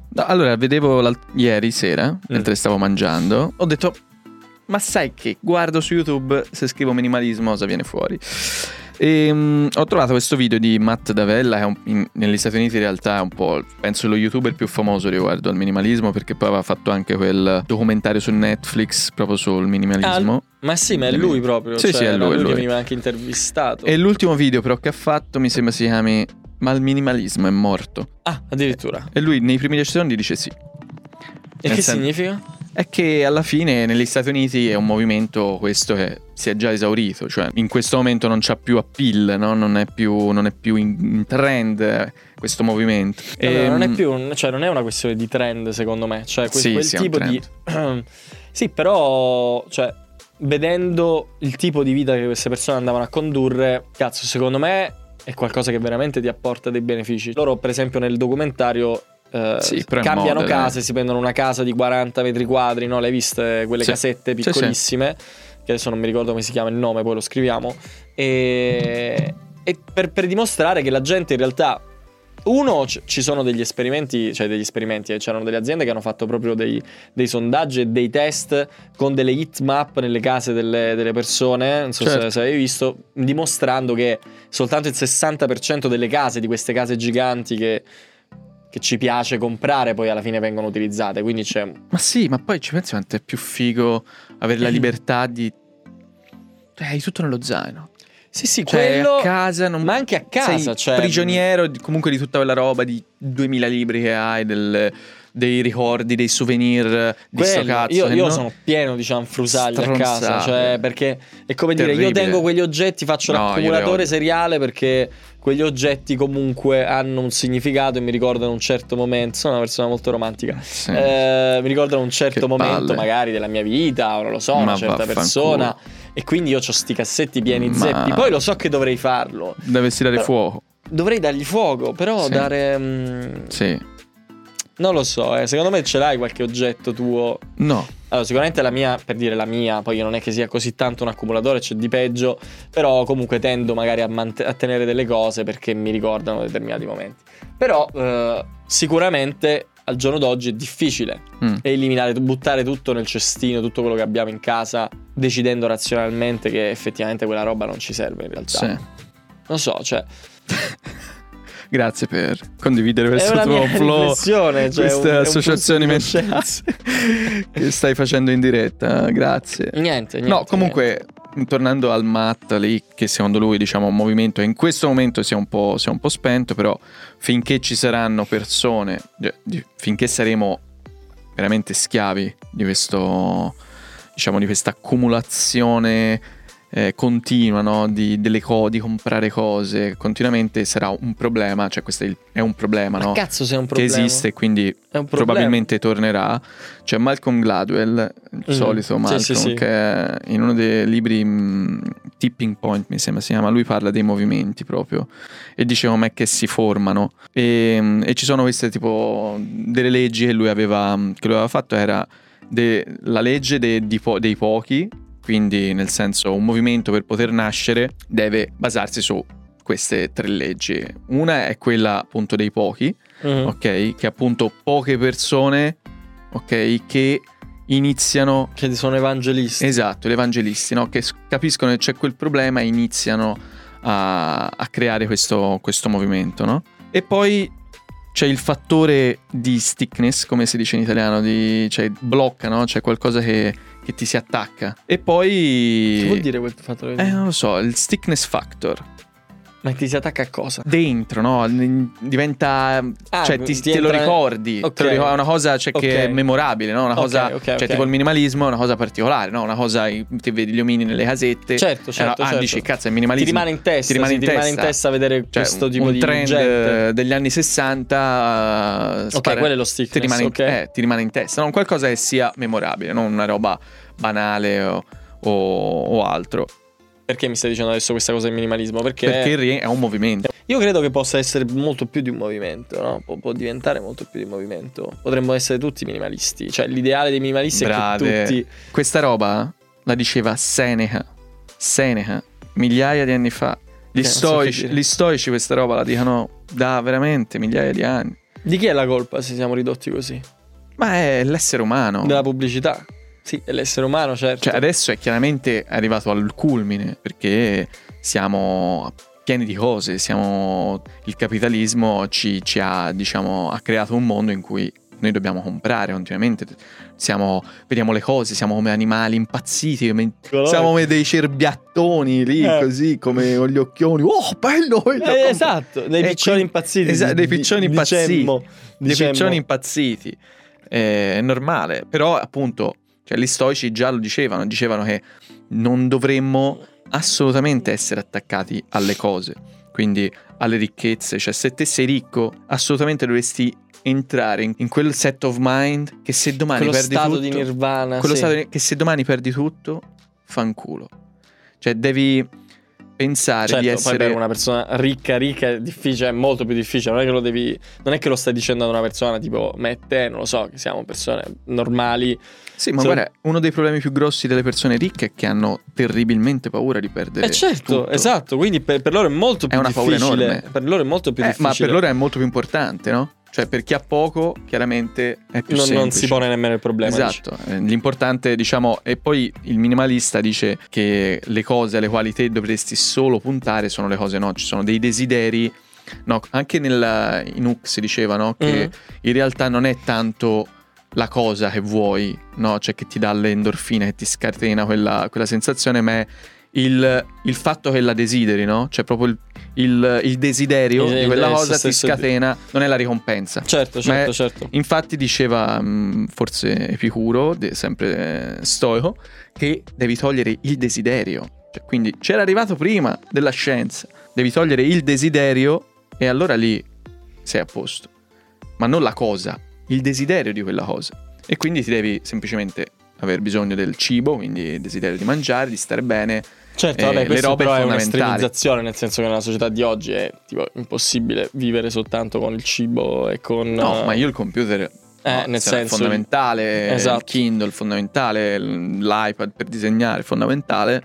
Speaker 1: No, Allora, vedevo l'al- ieri sera, mentre stavo mangiando, ho detto, ma sai che guardo su YouTube, se scrivo minimalismo cosa viene fuori? E, mm, ho trovato questo video di Matt Davella, che è un- in- negli Stati Uniti in realtà è un po', penso, lo youtuber più famoso riguardo al minimalismo, perché poi aveva fatto anche quel documentario su Netflix proprio sul minimalismo.
Speaker 2: Ah, Ma sì, ma è lui proprio.
Speaker 1: Sì,
Speaker 2: cioè,
Speaker 1: sì, è
Speaker 2: era
Speaker 1: lui, è
Speaker 2: che
Speaker 1: lui.
Speaker 2: veniva anche intervistato.
Speaker 1: E l'ultimo video però che ha fatto mi sembra si chiami Ma il minimalismo è morto.
Speaker 2: Ah, addirittura.
Speaker 1: E lui nei primi 10 secondi dice sì.
Speaker 2: E
Speaker 1: Nel
Speaker 2: che
Speaker 1: sen-
Speaker 2: significa?
Speaker 1: È che alla fine negli Stati Uniti è un movimento questo che si è già esaurito, cioè in questo momento non c'ha più appeal, no? non, è più, non è più in in trend eh, questo movimento.
Speaker 2: Allora, non è
Speaker 1: Ehm,
Speaker 2: più, un- cioè, non è una questione di trend, secondo me. Cioè, quel,
Speaker 1: Sì,
Speaker 2: quel
Speaker 1: sì, è un
Speaker 2: tipo di. sì, però, cioè, vedendo il tipo di vita che queste persone andavano a condurre, cazzo, secondo me è qualcosa che veramente ti apporta dei benefici. Loro, per esempio, nel documentario. eh,
Speaker 1: Sì, però è
Speaker 2: cambiano
Speaker 1: moda,
Speaker 2: case, si prendono una casa di 40 metri quadri, no? Le hai viste quelle
Speaker 1: Sì.
Speaker 2: casette
Speaker 1: Sì, sì.
Speaker 2: piccolissime? Che adesso non mi ricordo come si chiama il nome, poi lo scriviamo. E, e per, per dimostrare che la gente in realtà. Uno, c- ci sono degli esperimenti, cioè degli esperimenti, eh, c'erano delle aziende che hanno fatto proprio dei, dei sondaggi e dei test con delle heat map nelle case delle, delle persone, non so se- se,
Speaker 1: Certo.
Speaker 2: avevi visto, dimostrando che soltanto il 60% delle case, di queste case giganti che, che ci piace comprare, poi alla fine vengono utilizzate. Quindi c'è...
Speaker 1: Ma sì, ma poi ci pensi quanto è più figo avere
Speaker 2: Eh.
Speaker 1: la libertà di... Cioè, hai tutto nello zaino.
Speaker 2: Sì, sì,
Speaker 1: Cioè,
Speaker 2: quello...
Speaker 1: a casa non...
Speaker 2: ma anche a casa,
Speaker 1: sei
Speaker 2: cioè...
Speaker 1: prigioniero di- comunque di tutta quella roba di 2000 libri che hai, del- dei ricordi, dei souvenir di sto
Speaker 2: Quello,
Speaker 1: cazzo.
Speaker 2: io
Speaker 1: che
Speaker 2: io
Speaker 1: no-
Speaker 2: sono pieno di cianfrusaglie a casa,
Speaker 1: Stronzate.
Speaker 2: cioè perché è come dire io
Speaker 1: Terribile.
Speaker 2: tengo quegli oggetti, faccio
Speaker 1: No, io le
Speaker 2: l'accumulatore
Speaker 1: odio.
Speaker 2: seriale perché quegli oggetti comunque hanno un significato e mi ricordano un certo momento, sono una persona molto romantica.
Speaker 1: Sì.
Speaker 2: Eh, mi ricordano un certo
Speaker 1: Che
Speaker 2: momento
Speaker 1: palle.
Speaker 2: magari della mia vita, o non lo so, una
Speaker 1: Ma
Speaker 2: certa
Speaker 1: vaffanculo.
Speaker 2: persona e quindi io ho sti cassetti pieni
Speaker 1: Ma-
Speaker 2: zeppi. Poi lo so che dovrei farlo,
Speaker 1: Deve tirare
Speaker 2: Però-
Speaker 1: fuoco.
Speaker 2: dovrei dargli fuoco, però
Speaker 1: Sì.
Speaker 2: dare mm,
Speaker 1: Sì.
Speaker 2: non lo so, eh, secondo me ce l'hai qualche oggetto tuo
Speaker 1: No.
Speaker 2: Allora, sicuramente la mia, per dire la mia, poi non è che sia così tanto un accumulatore, c'è di peggio, però comunque tendo magari a, mant- a tenere delle cose perché mi ricordano determinati momenti. Però eh, sicuramente al giorno d'oggi è difficile
Speaker 1: Mm.
Speaker 2: eliminare, buttare tutto nel cestino, tutto quello che abbiamo in casa, decidendo razionalmente che effettivamente quella roba non ci serve in realtà.
Speaker 1: Sì.
Speaker 2: Non so, cioè,
Speaker 1: Grazie per condividere
Speaker 2: è
Speaker 1: questo
Speaker 2: una
Speaker 1: tuo
Speaker 2: mia
Speaker 1: flow.
Speaker 2: riflessione, cioè
Speaker 1: queste
Speaker 2: un- è un
Speaker 1: associazioni
Speaker 2: pulso di
Speaker 1: mentali che stai facendo in diretta. Grazie.
Speaker 2: Niente, niente.
Speaker 1: No, comunque, tornando al Matt lì, che secondo lui diciamo è un movimento in questo momento si è un po', si è un po' spento, però finché ci saranno persone, cioè, di- finché saremo veramente schiavi di questo, diciamo, di questa accumulazione eh, continua, no? di, delle co- di comprare cose continuamente sarà un problema, cioè questo è, il- è un problema,
Speaker 2: Ma
Speaker 1: no?
Speaker 2: cazzo, se è un
Speaker 1: che
Speaker 2: problema.
Speaker 1: esiste, quindi
Speaker 2: È un problema.
Speaker 1: probabilmente tornerà. C'è Malcolm Gladwell, il
Speaker 2: Mm.
Speaker 1: solito
Speaker 2: Sì,
Speaker 1: Malcolm,
Speaker 2: sì, sì.
Speaker 1: che in uno dei libri mh, Tipping Point, mi sembra si chiama, lui parla dei movimenti proprio e dice com'è che si formano. E, mh, e ci sono queste tipo delle leggi che lui aveva, mm, che lui aveva fatto, era de- la legge de- di po- dei pochi, quindi nel senso un movimento per poter nascere deve basarsi su queste tre leggi. Una è quella appunto dei pochi,
Speaker 2: Mhm.
Speaker 1: ok? Che appunto poche persone, ok? Che iniziano,
Speaker 2: Che sono evangelisti.
Speaker 1: esatto, gli evangelisti, no? Che s- capiscono che c'è quel problema e iniziano a, a creare questo, questo movimento, no? E poi c'è il fattore di stickness, come si dice in italiano, di, cioè blocca, no? C'è qualcosa che, che ti si attacca. E poi...
Speaker 2: Che vuol dire quel fatto?
Speaker 1: Eh, non lo so, il stickness factor.
Speaker 2: Ma ti si attacca a cosa?
Speaker 1: Dentro, no? N- Diventa
Speaker 2: Ah,
Speaker 1: cioè, ti,
Speaker 2: ti
Speaker 1: te lo
Speaker 2: entra-
Speaker 1: ricordi,
Speaker 2: Ok.
Speaker 1: Te lo ricordi, è una cosa cioè, che è
Speaker 2: Ok.
Speaker 1: memorabile, no? una
Speaker 2: Ok,
Speaker 1: cosa,
Speaker 2: ok,
Speaker 1: cioè,
Speaker 2: ok.
Speaker 1: tipo il minimalismo è una cosa particolare, no? una cosa, ti vedi gli omini nelle casette,
Speaker 2: Certo, certo,
Speaker 1: eh, no,
Speaker 2: certo.
Speaker 1: ah, dici cazzo è
Speaker 2: ti
Speaker 1: minimalismo,
Speaker 2: rimane in testa, sì, ti rimane, in, testa. vedere
Speaker 1: Cioè,
Speaker 2: questo
Speaker 1: un-
Speaker 2: tipo
Speaker 1: un
Speaker 2: di
Speaker 1: trend
Speaker 2: gente.
Speaker 1: eh, degli anni 60, eh,
Speaker 2: Ok,
Speaker 1: spara-
Speaker 2: quello è lo stick.
Speaker 1: ti, rimane in,
Speaker 2: ok.
Speaker 1: eh, ti rimane in testa, no? qualcosa che sia memorabile, non una roba banale o, o- o altro.
Speaker 2: Perché mi stai dicendo adesso questa cosa del minimalismo? Perché,
Speaker 1: Perché rie- è un movimento.
Speaker 2: io credo che possa essere molto più di un movimento, no? Pu- può diventare molto più di un movimento. Potremmo essere tutti minimalisti. Cioè, l'ideale dei minimalisti è
Speaker 1: Brave.
Speaker 2: che tutti.
Speaker 1: Questa roba la diceva Seneca. Seneca, migliaia di anni fa. Gli,
Speaker 2: Eh, non so
Speaker 1: stoici,
Speaker 2: che dire.
Speaker 1: gli stoici questa roba la dicono da veramente migliaia di anni.
Speaker 2: Di chi è la colpa se siamo ridotti così?
Speaker 1: Ma è l'essere umano.
Speaker 2: Della pubblicità. Sì, è l'essere umano, certo.
Speaker 1: Cioè, adesso è chiaramente arrivato al culmine perché siamo pieni di cose, siamo- il capitalismo ci, ci ha, diciamo, ha creato un mondo in cui noi dobbiamo comprare continuamente, siamo- vediamo le cose, siamo come animali impazziti, come-
Speaker 2: Colori.
Speaker 1: siamo come dei cerbiattoni lì,
Speaker 2: Cioè, Eh.
Speaker 1: così come con gli occhioni, oh bello!
Speaker 2: Eh,
Speaker 1: l'ho comprato".
Speaker 2: esatto, dei
Speaker 1: E
Speaker 2: piccioni
Speaker 1: quindi-
Speaker 2: impazziti.
Speaker 1: esatto, dei
Speaker 2: di-
Speaker 1: piccioni
Speaker 2: dicemmo,
Speaker 1: Dei
Speaker 2: dicemmo.
Speaker 1: piccioni impazziti. Eh, È normale, però appunto, cioè, gli stoici già lo dicevano, dicevano che non dovremmo assolutamente essere attaccati alle cose, quindi alle ricchezze, cioè se te sei ricco assolutamente dovresti entrare in, in quel set of mind che se domani
Speaker 2: Quello
Speaker 1: perdi
Speaker 2: stato
Speaker 1: tutto,
Speaker 2: di nirvana.
Speaker 1: quello
Speaker 2: Ah, sì.
Speaker 1: stato di- che se domani perdi tutto, fanculo. Cioè devi pensare
Speaker 2: Certo,
Speaker 1: di
Speaker 2: poi
Speaker 1: essere
Speaker 2: per una persona ricca, ricca è difficile, è molto più difficile. Non è che lo devi. Non è che lo stai dicendo ad una persona tipo me e te, non lo so, che siamo persone normali.
Speaker 1: Sì, ma
Speaker 2: Sono-
Speaker 1: guarda, uno dei problemi più grossi delle persone ricche è che hanno terribilmente paura di
Speaker 2: E
Speaker 1: perdere.
Speaker 2: certo,
Speaker 1: tutto.
Speaker 2: esatto. Quindi per, per loro è molto
Speaker 1: È
Speaker 2: più
Speaker 1: una paura
Speaker 2: difficile.
Speaker 1: enorme.
Speaker 2: Per loro è molto più
Speaker 1: Eh,
Speaker 2: difficile.
Speaker 1: ma per loro è molto più importante, no? Cioè, per chi ha poco, chiaramente è più
Speaker 2: non,
Speaker 1: semplice.
Speaker 2: non si pone nemmeno il problema. dici.
Speaker 1: Esatto, eh, l'importante diciamo, e poi il minimalista dice che le cose alle quali te dovresti solo puntare sono le cose no, ci sono dei desideri, no, anche nella, in Ux diceva no, che
Speaker 2: Mm.
Speaker 1: in realtà non è tanto la cosa che vuoi, no, cioè che ti dà le endorfine, che ti scatena quella, quella sensazione, ma è il, il fatto che la desideri, no? cioè proprio il, il- il desiderio
Speaker 2: Il-
Speaker 1: di quella
Speaker 2: il
Speaker 1: cosa ti
Speaker 2: stesso-
Speaker 1: scatena, non è la ricompensa.
Speaker 2: Certo,
Speaker 1: Ma è-
Speaker 2: certo, certo.
Speaker 1: Infatti diceva, mh, forse Epicuro, de- sempre eh, stoico, che devi togliere il desiderio. Cioè, quindi c'era arrivato prima della scienza. Devi togliere il desiderio e allora lì sei a posto. Ma non la cosa, il desiderio di quella cosa. E quindi ti devi semplicemente aver bisogno del cibo, quindi il desiderio di mangiare, di stare bene.
Speaker 2: Certo,
Speaker 1: eh,
Speaker 2: vabbè,
Speaker 1: le
Speaker 2: questo
Speaker 1: robe
Speaker 2: però è
Speaker 1: fondamentali.
Speaker 2: un'estremizzazione, nel senso che nella società di oggi è tipo impossibile vivere soltanto con il cibo e con.
Speaker 1: No,
Speaker 2: eh,
Speaker 1: ma io il computer
Speaker 2: eh,
Speaker 1: No, cioè,
Speaker 2: nel senso.
Speaker 1: fondamentale,
Speaker 2: Esatto.
Speaker 1: il Kindle fondamentale, l- l'iPad per disegnare fondamentale.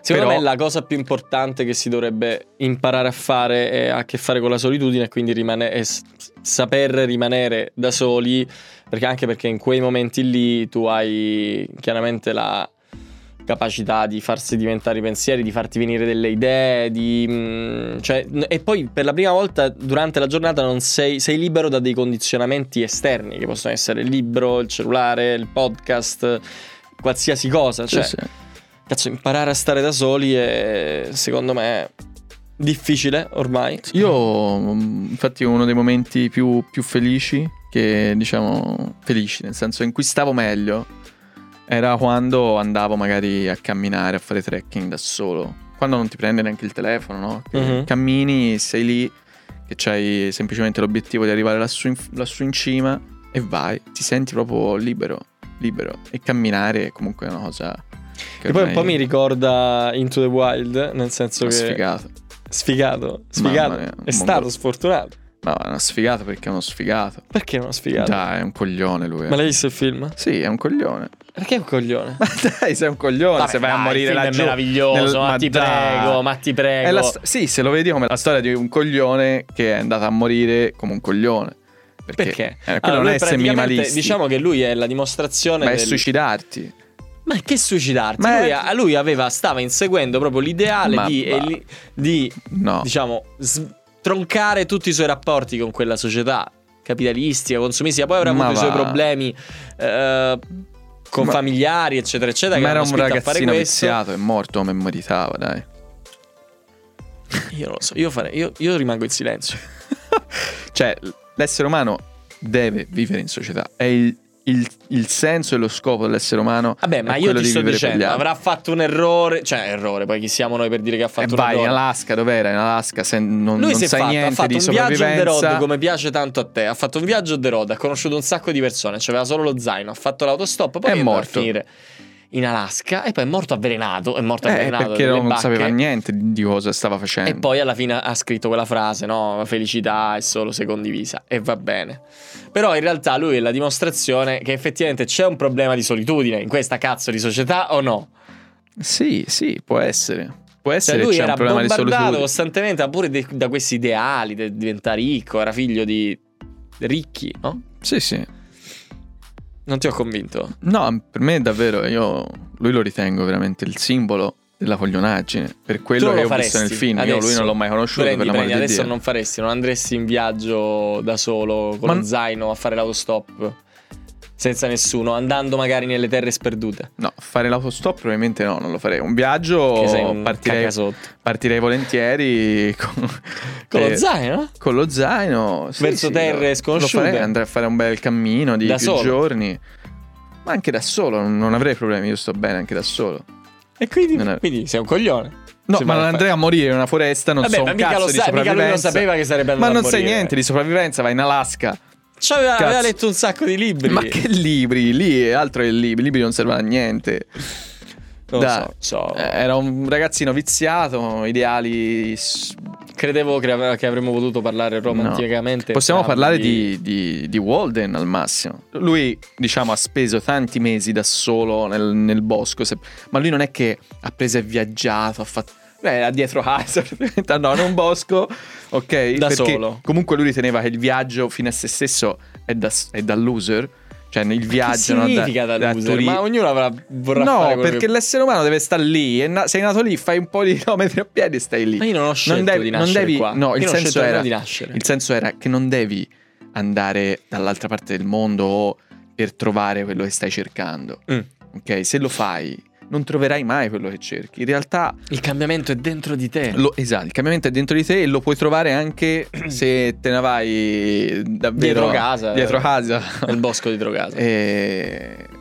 Speaker 2: Secondo
Speaker 1: Però-
Speaker 2: me la cosa più importante che si dovrebbe imparare a fare è a che fare con la solitudine e quindi rimane- e s- saper rimanere da soli, perché anche perché in quei momenti lì tu hai chiaramente la capacità di farsi diventare i pensieri, di farti venire delle idee, di, mm, cioè, n- e poi per la prima volta durante la giornata non sei, sei libero da dei condizionamenti esterni che possono essere il libro, il cellulare, il podcast, qualsiasi cosa. Cioè,
Speaker 1: Sì, sì.
Speaker 2: Cazzo, imparare a stare da soli è secondo me difficile ormai.
Speaker 1: Io, mh, infatti, uno dei momenti più, più felici, che diciamo felici, nel senso in cui stavo meglio, era quando andavo magari a camminare, a fare trekking da solo. Quando non ti prende neanche il telefono, no? Che
Speaker 2: Mhm.
Speaker 1: Cammini, sei lì, che c'hai semplicemente l'obiettivo di arrivare lassù in, lassù in cima e vai. Ti senti proprio libero, libero. E camminare è comunque una cosa che
Speaker 2: Che poi un
Speaker 1: ormai
Speaker 2: po' mi ricorda Into the Wild, nel senso
Speaker 1: è
Speaker 2: che
Speaker 1: sfigato.
Speaker 2: sfigato, sfigato,
Speaker 1: Mamma mia, un
Speaker 2: è
Speaker 1: mondo-
Speaker 2: stato sfortunato.
Speaker 1: No, è uno sfigato perché è uno sfigato.
Speaker 2: Perché non sfigato?
Speaker 1: Dai, è un coglione lui. eh.
Speaker 2: Ma l'hai visto il film?
Speaker 1: Sì, è un coglione.
Speaker 2: Perché è un coglione?
Speaker 1: Ma dai, sei un coglione se vai a morire laggiù. nel- ma dai.
Speaker 2: ma ti
Speaker 1: È la
Speaker 2: prego.
Speaker 1: sto- sì, se lo vedi come la storia di un coglione che è andato a morire come un coglione. Perché?
Speaker 2: Perché?
Speaker 1: Eh, quello
Speaker 2: Allora,
Speaker 1: non
Speaker 2: lui
Speaker 1: è essere
Speaker 2: praticamente-
Speaker 1: minimalisti.
Speaker 2: Diciamo che lui è la dimostrazione
Speaker 1: ma è
Speaker 2: del-
Speaker 1: suicidarti.
Speaker 2: Ma che suicidarti?
Speaker 1: Ma è-
Speaker 2: Lui, a- lui aveva, stava inseguendo proprio l'ideale
Speaker 1: Ma
Speaker 2: di-
Speaker 1: va.
Speaker 2: eli- di
Speaker 1: No.
Speaker 2: diciamo, s- troncare tutti i suoi rapporti con quella società capitalistica, consumistica. Poi avrà
Speaker 1: Ma
Speaker 2: avuto i suoi
Speaker 1: va.
Speaker 2: problemi eh, con
Speaker 1: Ma-
Speaker 2: familiari, eccetera, eccetera.
Speaker 1: ma
Speaker 2: che
Speaker 1: era
Speaker 2: l'hanno
Speaker 1: un
Speaker 2: spinto a fare
Speaker 1: ragazzino
Speaker 2: questo.
Speaker 1: viziato, è morto come meritava, dai.
Speaker 2: Io non lo so, io, farei- io- io rimango in silenzio.
Speaker 1: Cioè, l'essere umano deve vivere in società. È il, il- il senso e lo scopo dell'essere umano.
Speaker 2: Vabbè,
Speaker 1: è
Speaker 2: ma io
Speaker 1: quello
Speaker 2: ti
Speaker 1: di
Speaker 2: sto
Speaker 1: vivere per gli
Speaker 2: dicendo,
Speaker 1: altri.
Speaker 2: avrà fatto un errore, cioè errore, poi chi siamo noi per dire che ha
Speaker 1: E
Speaker 2: fatto un
Speaker 1: vai in
Speaker 2: errore.
Speaker 1: Alaska, dov'era? In Alaska se non,
Speaker 2: Lui
Speaker 1: non
Speaker 2: si è
Speaker 1: sai
Speaker 2: fatto, ha
Speaker 1: niente
Speaker 2: fatto
Speaker 1: di
Speaker 2: un viaggio on the road
Speaker 1: sopravvivenza.
Speaker 2: come piace tanto a te. Ha fatto un viaggio on the road, ha conosciuto un sacco di persone, c'aveva solo lo zaino, ha fatto l'autostop, poi
Speaker 1: È
Speaker 2: dove va a
Speaker 1: morto.
Speaker 2: finire. in Alaska e poi è morto avvelenato, è morto
Speaker 1: Eh,
Speaker 2: avvelenato
Speaker 1: perché
Speaker 2: dalle
Speaker 1: non
Speaker 2: bacche.
Speaker 1: sapeva niente di di cosa stava facendo.
Speaker 2: E poi alla fine ha scritto quella frase, no? Felicità è solo se condivisa. E va bene. Però in realtà lui è la dimostrazione che effettivamente c'è un problema di solitudine in questa cazzo di società o no?
Speaker 1: Sì, sì, può essere. Può
Speaker 2: Cioè
Speaker 1: essere che
Speaker 2: lui
Speaker 1: c'è un
Speaker 2: era
Speaker 1: problema di
Speaker 2: bombardato
Speaker 1: solitudine.
Speaker 2: costantemente ma pure de- da questi ideali di diventare ricco, era figlio di ricchi, no?
Speaker 1: Sì, sì.
Speaker 2: Non ti ho convinto.
Speaker 1: No, per me davvero, io lui lo ritengo veramente il simbolo della coglionaggine. Per quello
Speaker 2: Tu
Speaker 1: che
Speaker 2: lo
Speaker 1: ho visto nel
Speaker 2: faresti
Speaker 1: film, io lui
Speaker 2: adesso?
Speaker 1: non l'ho mai conosciuto,
Speaker 2: Prendi,
Speaker 1: per l'amore
Speaker 2: prendi,
Speaker 1: di
Speaker 2: adesso
Speaker 1: Dio.
Speaker 2: non faresti, non andresti in viaggio da solo con
Speaker 1: Ma-
Speaker 2: lo zaino a fare l'autostop senza nessuno, andando magari nelle terre sperdute.
Speaker 1: No, fare l'autostop probabilmente no, non lo farei. Un viaggio
Speaker 2: che sei un
Speaker 1: Oh, partirei,
Speaker 2: cacasotto.
Speaker 1: partirei volentieri con,
Speaker 2: Con
Speaker 1: eh,
Speaker 2: lo zaino?
Speaker 1: con lo zaino sì,
Speaker 2: Verso
Speaker 1: sì,
Speaker 2: terre
Speaker 1: lo-
Speaker 2: sconosciute.
Speaker 1: Lo farei, andrei a fare un bel cammino di
Speaker 2: Da
Speaker 1: più
Speaker 2: solo.
Speaker 1: giorni. Ma anche da solo, non non avrei problemi, io sto bene anche da solo.
Speaker 2: E quindi,
Speaker 1: Non è-
Speaker 2: quindi sei un coglione.
Speaker 1: No,
Speaker 2: Se
Speaker 1: ma non
Speaker 2: vai a fare-
Speaker 1: andrei a morire in una foresta, non
Speaker 2: Vabbè,
Speaker 1: so
Speaker 2: ma
Speaker 1: un
Speaker 2: mica
Speaker 1: cazzo
Speaker 2: lo
Speaker 1: di
Speaker 2: sa- mica lui lo
Speaker 1: sopravvivenza.
Speaker 2: sapeva che
Speaker 1: ma
Speaker 2: sarebbe andato a
Speaker 1: non sai
Speaker 2: morire.
Speaker 1: niente di sopravvivenza, vai in Alaska.
Speaker 2: Cioè, aveva, aveva
Speaker 1: Cazzo.
Speaker 2: letto un sacco di libri.
Speaker 1: Ma che libri? Lì è altro che libri, libri non servono a niente.
Speaker 2: Non lo
Speaker 1: Dai.
Speaker 2: so, so.
Speaker 1: Eh, Era un ragazzino viziato, ideali. s-
Speaker 2: Credevo che, ave- che avremmo potuto parlare romanticamente.
Speaker 1: Possiamo
Speaker 2: entrambi.
Speaker 1: parlare di, di- di Walden al massimo. Lui, diciamo, ha speso tanti mesi da solo nel, nel bosco, se- ma lui non è che ha preso e viaggiato, ha fatto. Beh, era dietro casa, praticamente, andava in un bosco, ok?
Speaker 2: Da
Speaker 1: perché
Speaker 2: solo.
Speaker 1: Comunque lui riteneva che il viaggio fino a se stesso è da, è da loser. Cioè, il
Speaker 2: Che
Speaker 1: viaggio non
Speaker 2: significa da, loser?
Speaker 1: turi-
Speaker 2: Ma ognuno avrà, vorrà fare
Speaker 1: No,
Speaker 2: quello
Speaker 1: perché
Speaker 2: che-
Speaker 1: l'essere umano deve stare lì. e na- sei nato lì, fai un po' di chilometri a piedi e stai lì.
Speaker 2: Ma io non ho scelto
Speaker 1: devi-
Speaker 2: di
Speaker 1: non
Speaker 2: nascere
Speaker 1: devi-
Speaker 2: qua.
Speaker 1: no,
Speaker 2: Io
Speaker 1: il
Speaker 2: non ho
Speaker 1: senso
Speaker 2: scelto nemmeno
Speaker 1: era-
Speaker 2: di nascere.
Speaker 1: Il senso era che non devi andare dall'altra parte del mondo o per trovare quello che stai cercando.
Speaker 2: Mm.
Speaker 1: Ok, se lo fai, non troverai mai quello che cerchi. In realtà,
Speaker 2: Il cambiamento è dentro di te.
Speaker 1: lo- esatto, il cambiamento è dentro di te e lo puoi trovare anche se te ne vai davvero
Speaker 2: Dietro casa.
Speaker 1: dietro casa.
Speaker 2: Nel bosco di Drogasa.
Speaker 1: Eh,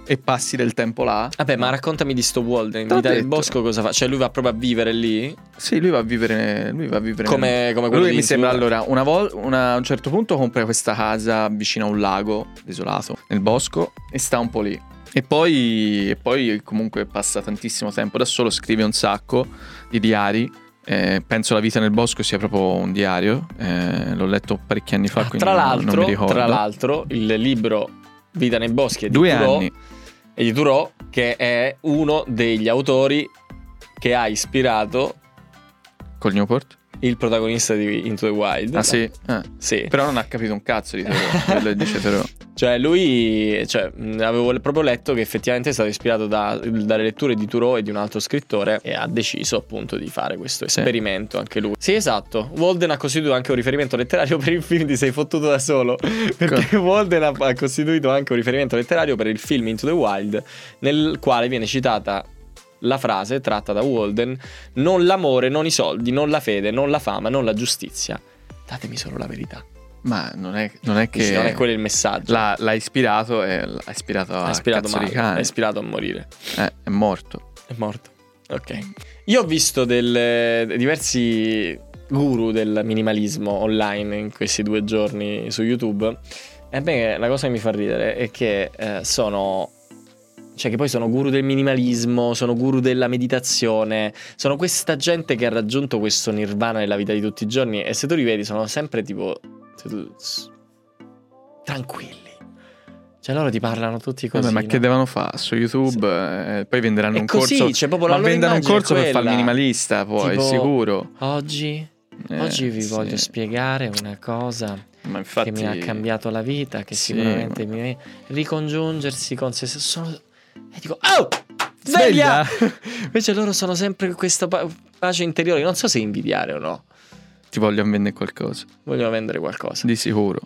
Speaker 1: e, e passi del tempo là.
Speaker 2: Vabbè, ma raccontami di sto Walden.
Speaker 1: T'ho
Speaker 2: Mi dai il
Speaker 1: detto.
Speaker 2: bosco cosa fa? Cioè, lui va proprio a vivere lì?
Speaker 1: Sì, lui va a vivere. Lui va a vivere
Speaker 2: Come, come quello
Speaker 1: Lui
Speaker 2: di
Speaker 1: mi sembra
Speaker 2: Intruder.
Speaker 1: allora, una vol- una- a un certo punto compra questa casa vicino a un lago desolato nel bosco e sta un po' lì. E poi, e poi comunque passa tantissimo tempo da solo, scrive un sacco di diari. Eh, penso la vita nel bosco sia proprio un diario. Eh, l'ho letto parecchi anni fa,
Speaker 2: Ah,
Speaker 1: quindi
Speaker 2: tra,
Speaker 1: non- non mi
Speaker 2: l'altro,
Speaker 1: ricordo.
Speaker 2: tra l'altro, il libro Vita nei boschi è di
Speaker 1: Due
Speaker 2: Thoreau,
Speaker 1: anni.
Speaker 2: e di Thoreau, che è uno degli autori che ha ispirato
Speaker 1: Col Newport?
Speaker 2: il protagonista di Into the Wild.
Speaker 1: Ah sì. Eh,
Speaker 2: Sì.
Speaker 1: Però non ha capito un cazzo di Thoreau, quello dice Thoreau.
Speaker 2: Cioè, lui, cioè, mh, avevo le- proprio letto che effettivamente è stato ispirato da- dalle letture di Thoreau e di un altro scrittore e ha deciso appunto di fare questo
Speaker 1: Sì.
Speaker 2: esperimento anche lui. Sì, esatto. Walden ha costituito anche un riferimento letterario per il film di Sei fottuto da solo. Perché Walden ha, ha costituito anche un riferimento letterario per il film Into the Wild, nel quale viene citata. La frase tratta da Walden, non l'amore, non i soldi, non la fede, non la fama, non la giustizia. Datemi solo la verità.
Speaker 1: Ma non è, non è
Speaker 2: Dici,
Speaker 1: che.
Speaker 2: non è quello il messaggio.
Speaker 1: L'ha, l'ha ispirato e l'ha ispirato a
Speaker 2: Ha ispirato
Speaker 1: Ah, cazzo
Speaker 2: male,
Speaker 1: di cane.
Speaker 2: ha ispirato a morire.
Speaker 1: Eh, è morto.
Speaker 2: È morto. Ok. Io ho visto del- eh, diversi guru del minimalismo online in questi due giorni su YouTube. E beh, la cosa che mi fa ridere è che eh, sono. Cioè, che poi sono guru del minimalismo, sono guru della meditazione, sono questa gente che ha raggiunto questo nirvana nella vita di tutti i giorni. E se tu li vedi, sono sempre tipo. s- tranquilli. Cioè, loro ti parlano tutti così.
Speaker 1: Vabbè, ma
Speaker 2: no?
Speaker 1: che devono fare su YouTube? Eh, poi venderanno
Speaker 2: È
Speaker 1: un
Speaker 2: così,
Speaker 1: corso.
Speaker 2: cioè, proprio la
Speaker 1: ma
Speaker 2: loro
Speaker 1: vendono un
Speaker 2: immagine è
Speaker 1: corso per fare il
Speaker 2: quella.
Speaker 1: minimalista, poi
Speaker 2: Tipo-
Speaker 1: sicuro.
Speaker 2: Oggi,
Speaker 1: Eh,
Speaker 2: oggi vi
Speaker 1: sì.
Speaker 2: voglio spiegare una cosa
Speaker 1: Ma infatti,
Speaker 2: che mi ha cambiato la vita, che
Speaker 1: Sì,
Speaker 2: sicuramente mi ricongiungersi con se stesso. Sono- E dico, oh, sveglia!
Speaker 1: Sveglia!
Speaker 2: Invece loro sono sempre con questa pa- pace interiore, non so se invidiare o no.
Speaker 1: Ti vogliono vendere qualcosa.
Speaker 2: Vogliono vendere qualcosa.
Speaker 1: Di sicuro.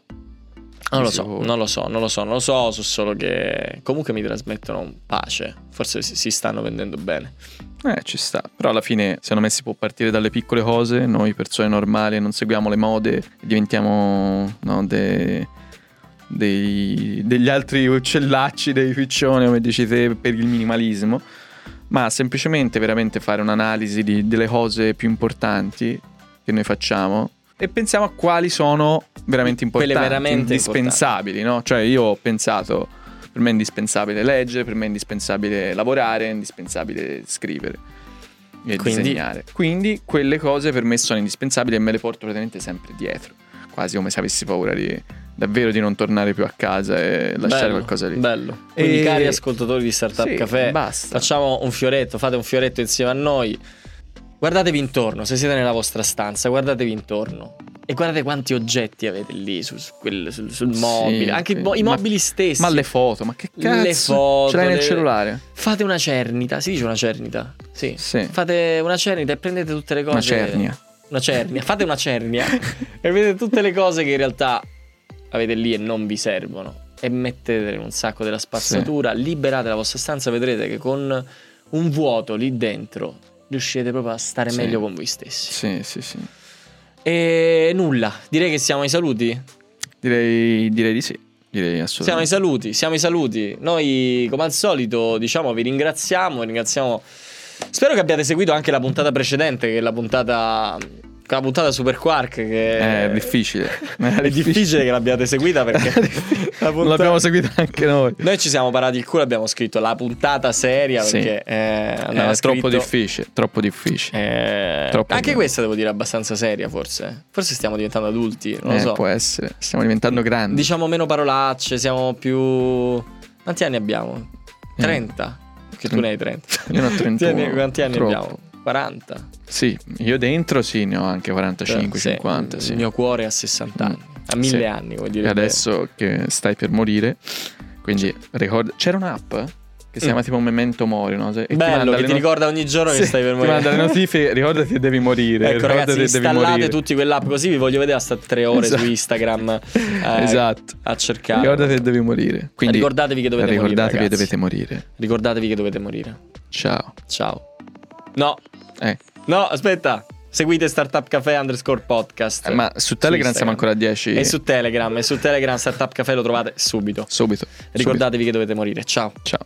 Speaker 2: Non lo
Speaker 1: di
Speaker 2: so,
Speaker 1: sicuro.
Speaker 2: non lo so, non lo so, non lo so, so solo che comunque mi trasmettono pace. Forse si, si stanno vendendo bene.
Speaker 1: Eh, ci sta. Però alla fine, secondo me, si può partire dalle piccole cose. Noi, persone normali, non seguiamo le mode, diventiamo no, de- dei- degli altri uccellacci, dei piccioni, come dici te, per il minimalismo. Ma semplicemente veramente fare un'analisi di- delle cose più importanti che noi facciamo e pensiamo a quali sono veramente
Speaker 2: Quelle
Speaker 1: importanti,
Speaker 2: veramente
Speaker 1: indispensabili, no? Cioè io ho pensato Per me è indispensabile leggere, per me è indispensabile lavorare, è indispensabile scrivere e
Speaker 2: Quindi?
Speaker 1: disegnare. Quindi quelle cose per me sono indispensabili e me le porto praticamente sempre dietro, quasi come se avessi paura di davvero di non tornare più a casa e lasciare
Speaker 2: Bello,
Speaker 1: qualcosa lì.
Speaker 2: Bello. Quindi,
Speaker 1: E-
Speaker 2: cari ascoltatori di Startup
Speaker 1: Sì,
Speaker 2: Café,
Speaker 1: basta.
Speaker 2: facciamo un fioretto, fate un fioretto insieme a noi. Guardatevi intorno, se siete nella vostra stanza, guardatevi intorno. E guardate quanti oggetti avete lì su- su quel- sul, sul
Speaker 1: Sì,
Speaker 2: mobile, anche i mo- i
Speaker 1: ma-
Speaker 2: mobili stessi.
Speaker 1: Ma le foto, ma che
Speaker 2: Le
Speaker 1: cazzo?
Speaker 2: foto,
Speaker 1: Ce l'hai nel
Speaker 2: le-
Speaker 1: cellulare?
Speaker 2: Fate una cernita, si dice una cernita? Sì.
Speaker 1: Sì.
Speaker 2: Fate una cernita e prendete tutte le cose.
Speaker 1: Una cernia.
Speaker 2: Una cernia, fate una cernia e vedete tutte le cose che in realtà avete lì e non vi servono. E mettetele in un sacco della spazzatura, liberate la vostra stanza, vedrete che con un vuoto lì dentro riuscite proprio a stare
Speaker 1: Sì.
Speaker 2: meglio con voi stessi.
Speaker 1: Sì, sì, sì.
Speaker 2: E nulla, direi che siamo ai saluti.
Speaker 1: Direi, direi di sì. Direi
Speaker 2: Siamo ai
Speaker 1: assolutamente.
Speaker 2: saluti, siamo ai saluti. Noi, come al solito, diciamo, vi ringraziamo, ringraziamo. Spero che abbiate seguito anche la puntata precedente, che è la puntata. La puntata Super Quark. Che
Speaker 1: Eh, È difficile.
Speaker 2: È difficile che l'abbiate seguita perché
Speaker 1: È difficile.
Speaker 2: la puntata-
Speaker 1: L'abbiamo seguita anche noi.
Speaker 2: Noi ci siamo parati il culo, abbiamo scritto la puntata seria
Speaker 1: Sì.
Speaker 2: perché eh, andava
Speaker 1: È troppo
Speaker 2: scritto-
Speaker 1: difficile, troppo difficile.
Speaker 2: eh,
Speaker 1: Troppo difficile.
Speaker 2: anche questa devo dire abbastanza seria, forse. Forse stiamo diventando adulti, non lo
Speaker 1: Eh,
Speaker 2: so.
Speaker 1: Può essere. Stiamo diventando grandi.
Speaker 2: Diciamo meno parolacce, siamo più. Quanti anni abbiamo?
Speaker 1: Eh.
Speaker 2: 30. Che tu ne hai 30.
Speaker 1: Io ne ho 31.
Speaker 2: Tieni, quanti anni
Speaker 1: Troppo.
Speaker 2: abbiamo? 40.
Speaker 1: Sì, io dentro sì, ne ho anche 45,
Speaker 2: Eh, Sì,
Speaker 1: 50. Sì. Mm.
Speaker 2: Il mio cuore ha 60 anni. A
Speaker 1: Sì.
Speaker 2: mille anni, vuol dire.
Speaker 1: E adesso che stai per morire, quindi ricorda... C'era un'app che si
Speaker 2: Mm.
Speaker 1: chiama tipo Memento Mori, no? Se- e ti
Speaker 2: Bello,
Speaker 1: manda
Speaker 2: che
Speaker 1: le
Speaker 2: ti
Speaker 1: not-
Speaker 2: ricorda ogni giorno
Speaker 1: Sì,
Speaker 2: che stai per
Speaker 1: Ti
Speaker 2: morire.
Speaker 1: manda le notifiche, ricordati che devi morire.
Speaker 2: Ecco
Speaker 1: ricordati
Speaker 2: ragazzi,
Speaker 1: che devi
Speaker 2: installate
Speaker 1: morire.
Speaker 2: tutti quell'app così vi voglio vedere a sta tre ore
Speaker 1: Esatto.
Speaker 2: su Instagram eh,
Speaker 1: Esatto.
Speaker 2: a cercare.
Speaker 1: Ricordati che devi morire. Quindi
Speaker 2: ricordatevi che dovete
Speaker 1: ricordatevi
Speaker 2: morire.
Speaker 1: che
Speaker 2: ragazzi.
Speaker 1: dovete morire.
Speaker 2: Ricordatevi che dovete morire.
Speaker 1: Ciao.
Speaker 2: Ciao. No,
Speaker 1: Eh,
Speaker 2: no, aspetta. Seguite Startup Café underscore podcast.
Speaker 1: eh, ma su Telegram
Speaker 2: Instagram.
Speaker 1: siamo ancora a 10.
Speaker 2: E su Telegram, e su Telegram Startup Café lo trovate subito.
Speaker 1: Subito. subito.
Speaker 2: Ricordatevi che dovete morire. Ciao.
Speaker 1: Ciao.